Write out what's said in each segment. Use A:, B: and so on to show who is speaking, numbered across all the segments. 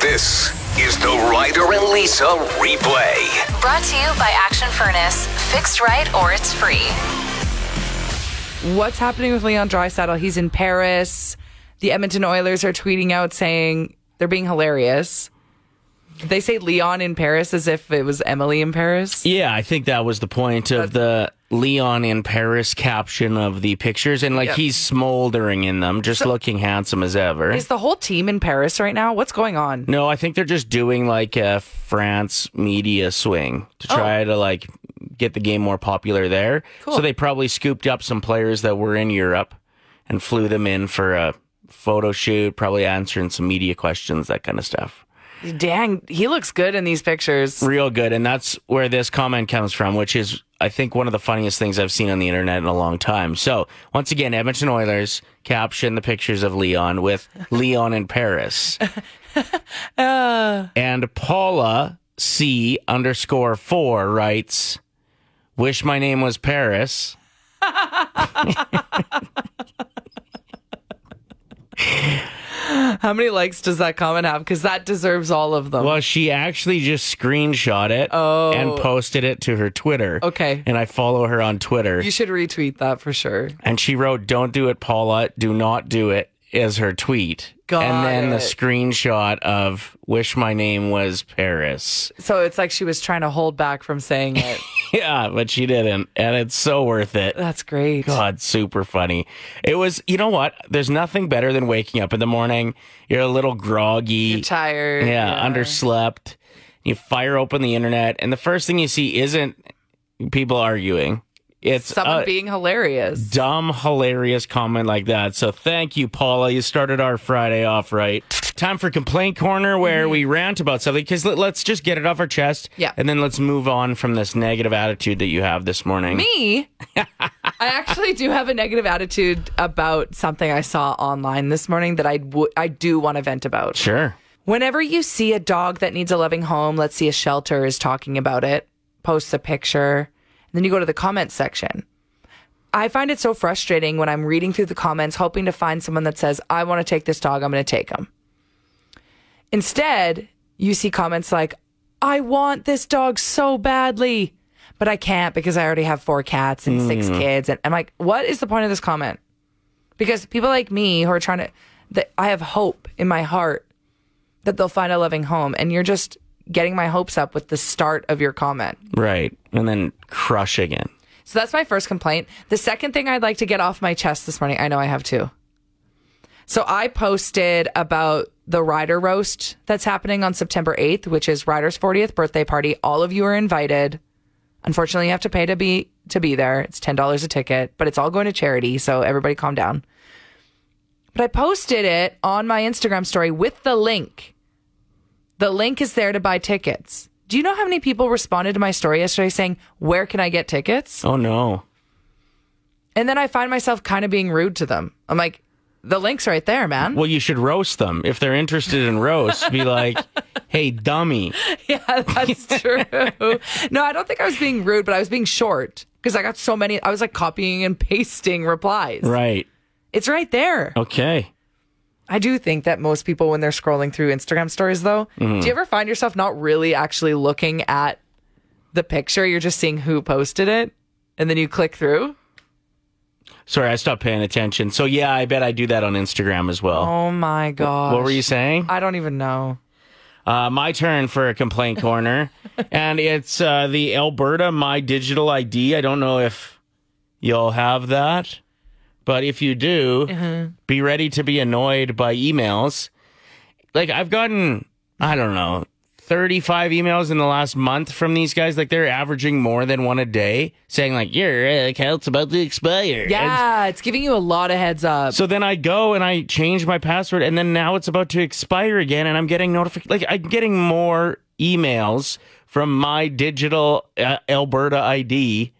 A: This is the Ryder and Lisa replay.
B: Brought to you by Action Furnace. Fixed right or it's free.
C: What's happening with Leon Drysaddle? He's in Paris. The Edmonton Oilers are tweeting out saying they're being hilarious. They say Leon in Paris as if it was Emily in Paris.
D: Yeah, I think that was the point of the Leon in Paris caption of the pictures. And like
C: Yep.
D: he's smoldering in them, just looking handsome as ever.
C: Is the whole team in Paris right now? What's going on?
D: no, I think they're just doing like a France media swing to try to like get the game more popular there. So they probably scooped up some players that were in Europe and flew them in for a photo shoot, probably answering some media questions, that kind of stuff.
C: Dang, he looks good in these pictures.
D: real good and that's where this comment comes from which is i think one of the funniest things i've seen on the internet in a long time so once again edmonton oilers caption the pictures of leon with leon in paris and paula c underscore four writes wish my name was paris
C: How many likes does that comment have? Because that deserves all of them.
D: well she actually just screenshot it and posted it to her twitter
C: Okay.
D: and i follow her on twitter
C: You should retweet that for sure.
D: And she wrote, Don't do it, Paula. Do not do it is her tweet.
C: Got
D: and then the
C: it.
D: screenshot of Wish My Name Was Paris.
C: So it's like she was trying to hold back from saying it.
D: yeah, but she didn't. And it's so worth it.
C: That's great.
D: God, super funny. It was, you know what? There's nothing better than waking up in the morning. You're a little groggy.
C: You're tired.
D: yeah, underslept. You fire open the internet, and the first thing you see isn't people arguing. It's
C: Someone
D: uh,
C: being hilarious.
D: dumb, hilarious comment like that. So thank you, Paula. You started our Friday off right. Time for complaint corner where we rant about something because let, us just get it off our chest.
C: Mm-hmm. Yeah.
D: And then let's move on from this negative attitude that you have this morning.
C: me, I actually do have a negative attitude about something I saw online this morning that I would I do want to vent about.
D: Sure.
C: Whenever you see a dog that needs a loving home, let's see a shelter is talking about it, posts a picture, and then you go to the comments section. I find it so frustrating when I'm reading through the comments, hoping to find someone that says, I want to take this dog, I'm going to take him. Instead, you see comments like, I want this dog so badly, but I can't because I already have four cats and six kids. And I'm like, what is the point of this comment? Because people like me who are trying to, that I have hope in my heart that they'll find a loving home. And you're just getting my hopes up with the start of your comment.
D: Right. And then crushing it.
C: So that's my first complaint. The second thing I'd like to get off my chest this morning, I know I have two. So I posted about the rider roast that's happening on September 8th, which is Ryder's 40th birthday party. All of you are invited. Unfortunately, you have to pay to be to be there. It's $10 a ticket, but it's all going to charity, so everybody calm down. But I posted it on my Instagram story with the link. The link is there to buy tickets. Do you know how many people responded to my story yesterday saying, "Where can I get tickets?"
D: Oh, no.
C: And then I find myself kind of being rude to them. I'm like, the link's right there, man.
D: Well, you should roast them. If they're interested in roast, be like, hey, dummy.
C: Yeah, that's true. no, I don't think I was being rude, but I was being short because I got so many. I was like copying and pasting replies.
D: Right.
C: It's right there.
D: Okay.
C: I do think that most people, when they're scrolling through Instagram stories, though,
D: Mm-hmm.
C: do you ever find yourself not really actually looking at the picture? You're just seeing who posted it and then you click through.
D: Sorry, I stopped paying attention. So, yeah, I bet I do that on Instagram as well.
C: Oh my God.
D: what were you saying?
C: I don't even know.
D: Uh, my turn for a complaint corner, and it's uh, the Alberta My Digital ID. I don't know if you'll have that, but if you do, be ready to be annoyed by emails. Like I've gotten, I don't know, thirty-five emails in the last month from these guys. Like they're averaging more than one a day, saying like your account's about to expire. And
C: Yeah, it's giving you a lot of heads up.
D: so then I go and I change my password, and then now it's about to expire again, and I'm getting notification. Like I'm getting more emails from my digital uh, Alberta ID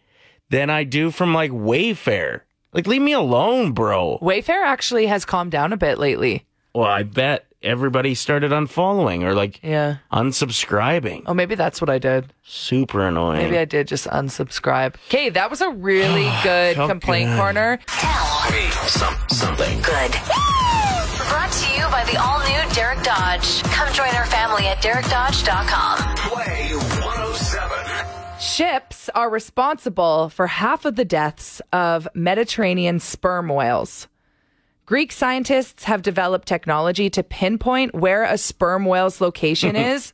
D: than I do from like Wayfair. Like leave me alone, bro.
C: Wayfair actually has calmed down a bit lately.
D: Well, I bet everybody started unfollowing or like
C: Yeah.
D: unsubscribing.
C: Oh, maybe that's what I did.
D: Super annoying.
C: Maybe I did just unsubscribe. Okay, that was a really good
D: Felt
C: complaint
D: good.
C: corner.
B: Tell
A: Hey, some, something.
B: good. Brought to you by by the all new Derek Dodge. Come join our family at derekdodge.com.
A: Play 107.
C: Ships are responsible for half of the deaths of Mediterranean sperm whales. Greek scientists have developed technology to pinpoint where a sperm whale's location is.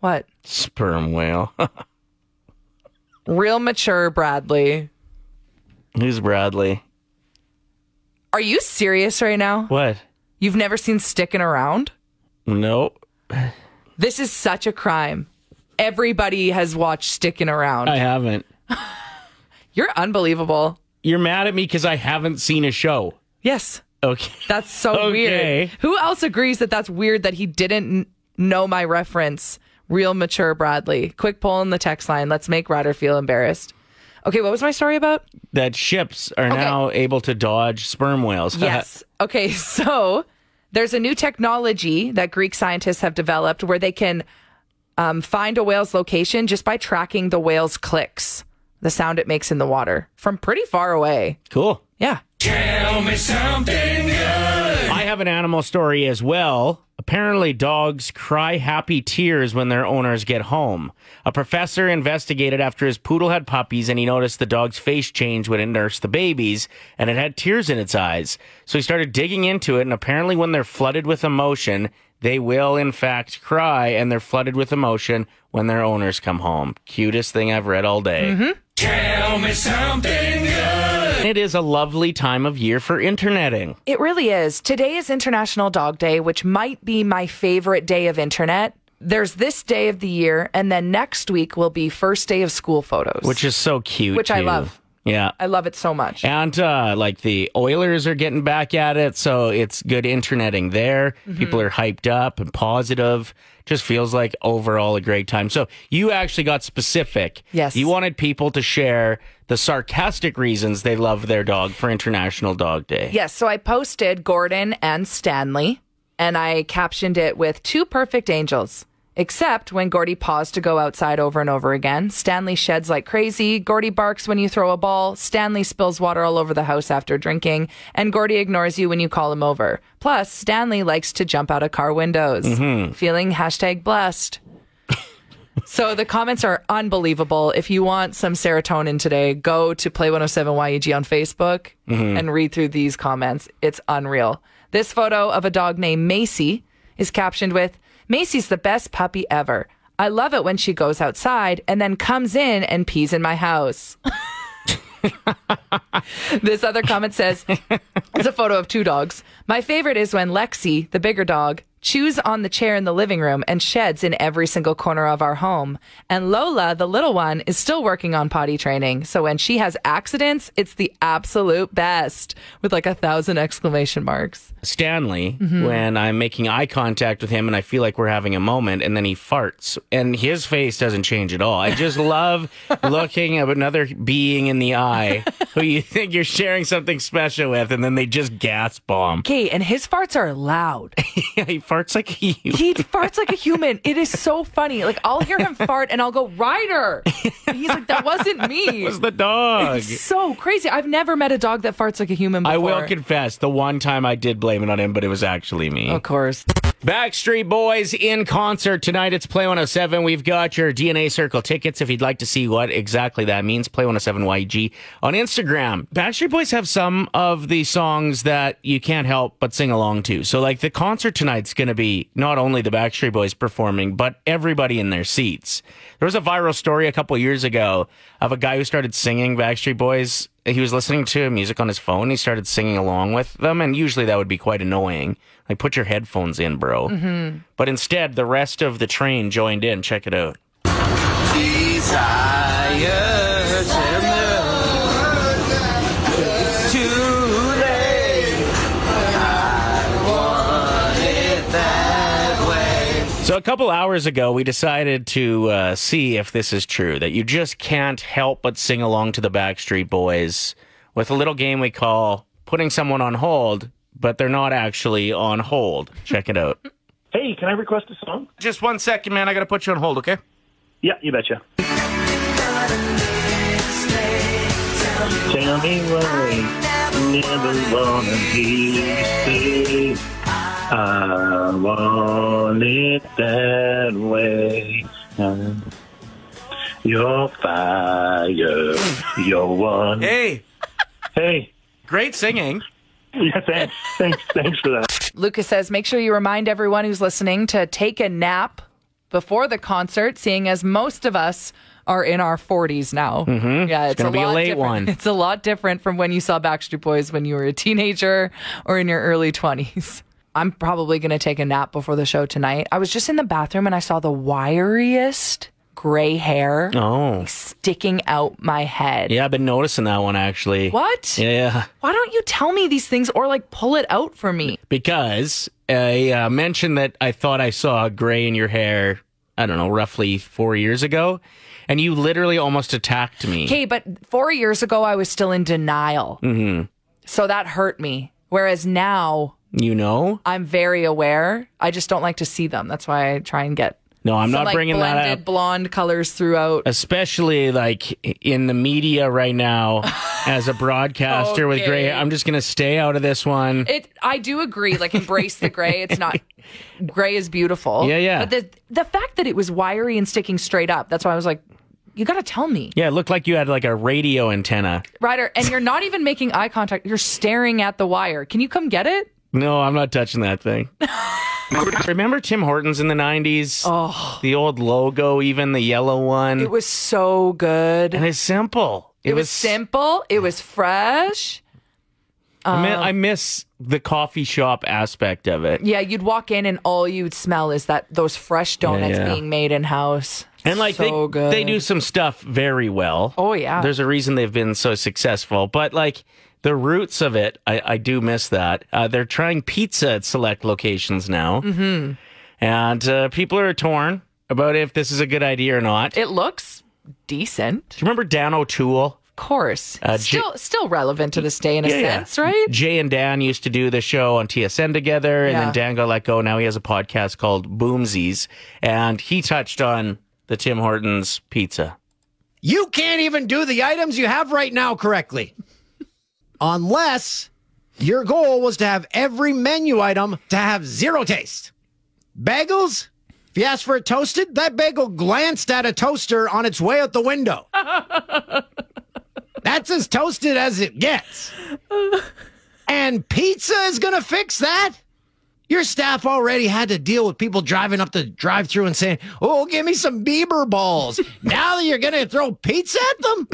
C: What?
D: Sperm whale.
C: Real mature, Bradley.
D: Who's Bradley?
C: Are you serious right now?
D: What?
C: You've never seen sticking around?
D: Nope.
C: This is such a crime. Everybody has watched sticking around.
D: I haven't.
C: You're unbelievable.
D: You're mad at me because I haven't seen a show.
C: Yes.
D: Okay.
C: That's so
D: Okay.
C: weird. Who else agrees that that's weird that he didn't n- know my reference? Real mature Bradley. Quick poll in the text line. Let's make Ryder feel embarrassed. Okay, what was my story about?
D: That ships are now able to dodge sperm whales.
C: Yes. okay, so there's a new technology that Greek scientists have developed where they can um, find a whale's location just by tracking the whale's clicks, the sound it makes in the water from pretty far away.
D: cool.
C: Yeah.
D: I have an animal story as well. Apparently, dogs cry happy tears when their owners get home. A professor investigated after his poodle had puppies and he noticed the dog's face change when it nursed the babies and it had tears in its eyes. So he started digging into it, and apparently, when they're flooded with emotion, they will in fact cry and they're flooded with emotion when their owners come home. Cutest thing I've read all day. It is a lovely time of year for interneting.
C: It really is. Today is International Dog Day, which might be my favorite day of internet. There's this day of the year, and then next week will be first day of school photos,
D: which is so cute.
C: Which I
D: too.
C: love.
D: Yeah.
C: I love it so much.
D: And uh, like the Oilers are getting back at it, so it's good interneting there.
C: Mm-hmm.
D: People are hyped up and positive. Just feels like overall a great time. So you actually got specific.
C: Yes.
D: You wanted people to share the sarcastic reasons they love their dog for International Dog Day.
C: Yes, so I posted Gordon and Stanley, and I captioned it with two perfect angels. Except when Gordy paused to go outside over and over again. Stanley sheds like crazy. Gordy barks when you throw a ball. Stanley spills water all over the house after drinking. And Gordy ignores you when you call him over. Plus, Stanley likes to jump out of car windows. Feeling hashtag blessed. so the comments are unbelievable. If you want some serotonin today, go to Play 107 YEG E on Facebook and read through these comments. It's unreal. This photo of a dog named Macy is captioned with Macy's the best puppy ever. I love it when she goes outside and then comes in and pees in my house. this other comment says it's a photo of two dogs. My favorite is when Lexi, the bigger dog, chews on the chair in the living room and sheds in every single corner of our home. And Lola, the little one, is still working on potty training. So when she has accidents, it's the absolute best with like a thousand exclamation marks.
D: Stanley when I'm making eye contact with him and I feel like we're having a moment, and then he farts, and his face doesn't change at all. I just love looking at another being in the eye who you think you're sharing something special with, and then they just gas bomb.
C: Okay, and his farts are loud.
D: he farts like he.
C: He farts like a human. It is so funny. Like I'll hear him fart and I'll go, Ryder. And he's like, that wasn't me.
D: was the dog.
C: so crazy. I've never met a dog that farts like a human before.
D: I will confess, the one time I did blame it on him, but it was actually me.
C: Of course.
D: Backstreet Boys in concert tonight. It's Play 107. We've got your DNA Circle tickets if you'd like to see what exactly that means. Play 107YG on Instagram. Backstreet Boys have some of the songs that you can't help but sing along to. So, like, the concert tonight's going to be not only the Backstreet Boys performing, but everybody in their seats. There was a viral story a couple years ago of a guy who started singing Backstreet Boys. He was listening to music on his phone. He started singing along with them, and usually that would be quite annoying. Like, put your headphones in, bro. But instead, the rest of the train joined in. Check it out. So, a couple hours ago, we decided to uh, see if this is true that you just can't help but sing along to the Backstreet Boys with a little game we call putting someone on hold, but they're not actually on hold. Check it out.
E: Hey, can I request a song?
D: just one second, man. I got to put you on hold, okay?
E: Yeah, you betcha. Tell me why you never wanna be safe. I want it that way. You're fire. You're one.
D: Hey,
E: Hey.
D: great singing.
E: Yeah, thanks. thanks. Thanks for that.
C: Lucas says, make sure you remind everyone who's listening to take a nap before the concert, seeing as most of us are in our 40s now. Mm-hmm. Yeah, it's,
D: gonna
C: a
D: be a
C: lot
D: late
C: different-
D: one.
C: It's a lot different from when you saw Backstreet Boys when you were a teenager or in your early 20s. I'm probably going to take a nap before the show tonight. I was just in the bathroom and I saw the wiriest gray hair
D: Oh,
C: sticking out my head.
D: yeah, I've been noticing that one actually.
C: What?
D: Yeah,
C: Why don't you tell me these things or like pull it out for me?
D: because I uh, mentioned that I thought I saw gray in your hair. I don't know, roughly four years ago, and you literally almost attacked me.
C: Okay, but four years ago, I was still in denial. Mm-hmm. So that hurt me. Whereas now,
D: You know?
C: I'm very aware. I just don't like to see them. That's why I try and get
D: No, I'm
C: some,
D: not
C: like,
D: bringing
C: blended
D: that up.
C: blonde colors throughout.
D: especially like in the media right now as a broadcaster with gray
C: Okay.
D: i'm just gonna stay out of this one
C: It. I do agree. Like embrace the gray. It's not gray is beautiful.
D: Yeah, yeah.
C: But the the fact that it was wiry and sticking straight up. That's why I was like, you got to tell me,
D: yeah it looked like you had like a radio antenna
C: Ryder. And you're not even making eye contact. You're staring at the wire. Can you come get it?
D: no i'm not touching that thing remember tim hortons in the 90s oh the old logo even the yellow one
C: It was so good.
D: and it's simple
C: It was simple. It was fresh.
D: I
C: um,
D: mi- i miss the coffee shop aspect of it
C: Yeah, you'd walk in and all you'd smell is that those fresh donuts
D: yeah.
C: being made in house.
D: And like
C: so
D: they
C: good.
D: they do some stuff very well.
C: Oh, yeah.
D: There's a reason they've been so successful. But like the roots of it, I, I do miss that. Uh, they're trying pizza at select locations now, mm-hmm. and uh, people are torn about if this is a good idea or not. Do
C: It looks decent,
D: you remember Dan O'Toole?
C: of course.
D: Uh, J-
C: still, still relevant to this day in a
D: Yeah, yeah.
C: sense, right?
D: Jay and Dan used to do the show on TSN together, and
C: Yeah.
D: then Dan got let go. Now he has a podcast called Boomsies, and he touched on the Tim Hortons pizza.
F: You can't even do the items you have right now correctly. Unless your goal was to have every menu item to have zero taste. Bagels, if you asked for it toasted, that bagel glanced at a toaster on its way out the window. That's as toasted as it gets. And pizza is going to fix that? Your staff already had to deal with people driving up the drive through and saying, Oh, give me some Bieber balls. now that you're going to throw pizza at them?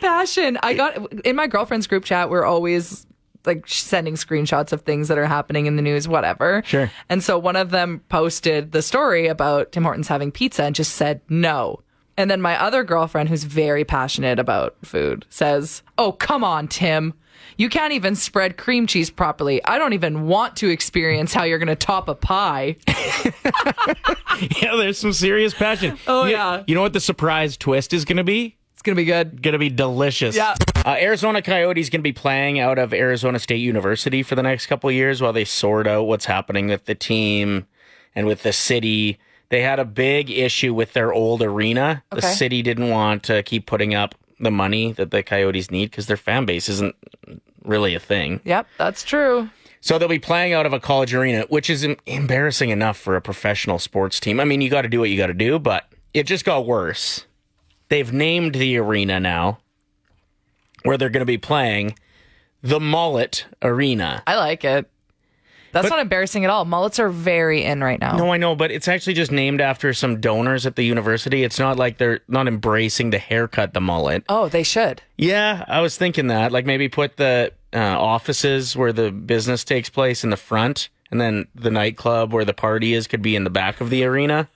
C: Passion. I got in my girlfriend's group chat. We're always like sending screenshots of things that are happening in the news, whatever.
D: Sure.
C: And so one of them posted the story about Tim Hortons having pizza and just said no. And then my other girlfriend, who's very passionate about food, says, Oh, come on, Tim. You can't even spread cream cheese properly. I don't even want to experience how you're going to top a pie.
D: Yeah, there's some serious passion.
C: Oh,
D: You-
C: yeah.
D: You know what the surprise twist is going to be?
C: It's going to be good.
D: Going to be delicious.
C: Yeah.
D: Uh, Arizona Coyotes going to be playing out of Arizona State University for the next couple of years while they sort out what's happening with the team and with the city. They had a big issue with their old arena. The
C: Okay.
D: city didn't want to keep putting up the money that the Coyotes need because their fan base isn't really a thing.
C: Yep, that's true.
D: So they'll be playing out of a college arena, which is em- embarrassing enough for a professional sports team. I mean, you got to do what you got to do, but it just got worse. They've named the arena now where they're going to be playing the Mullet Arena.
C: I like it. That's
D: But-
C: not embarrassing at all. Mullets are very in right now.
D: No, I know, but it's actually just named after some donors at the university. It's not like they're not embracing the haircut, the mullet.
C: Oh, they should.
D: Yeah, I was thinking that. Like maybe put the uh, offices where the business takes place in the front, and then the nightclub where the party is could be in the back of the arena.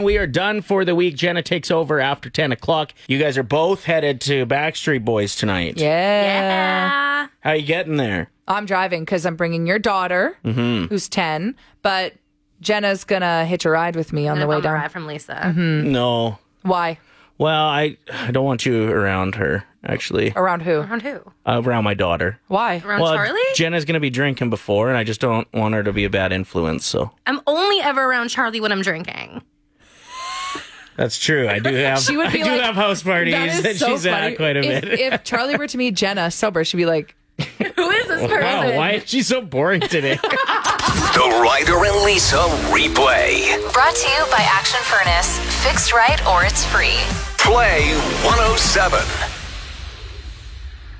D: we are done for the week. Jenna takes over after 10 o'clock. You guys are both headed to Backstreet Boys tonight.
C: yeah.
D: How you getting there?
C: I'm driving because I'm bringing your daughter, who's 10, but Jenna's going to hitch a ride with me on the way down. Mm-hmm.
G: from Lisa. Mm.
D: No.
C: Why?
D: Well, I, I don't want you around her, actually. Uh,
C: Around who?
G: Around who?
D: Around my daughter.
C: Why?
G: Around
D: well,
G: Charlie?
D: Jenna's going to be drinking before, and I just don't want her to be a bad influence, so.
G: I'm only ever around Charlie when I'm drinking.
D: That's true. I do have.
C: She would be
D: I do
C: like,
D: have house parties
C: That is
D: that
C: so
D: she's
C: funny.
D: at quite a
C: if,
D: bit.
C: if Charlie were to meet Jenna sober, she'd be like, who
G: Who is this person?
D: Wow, why is she so boring today?
A: The Ryder and Lisa replay.
B: Brought to you by Action Furnace. Fixed right or it's free.
A: oh Play 107.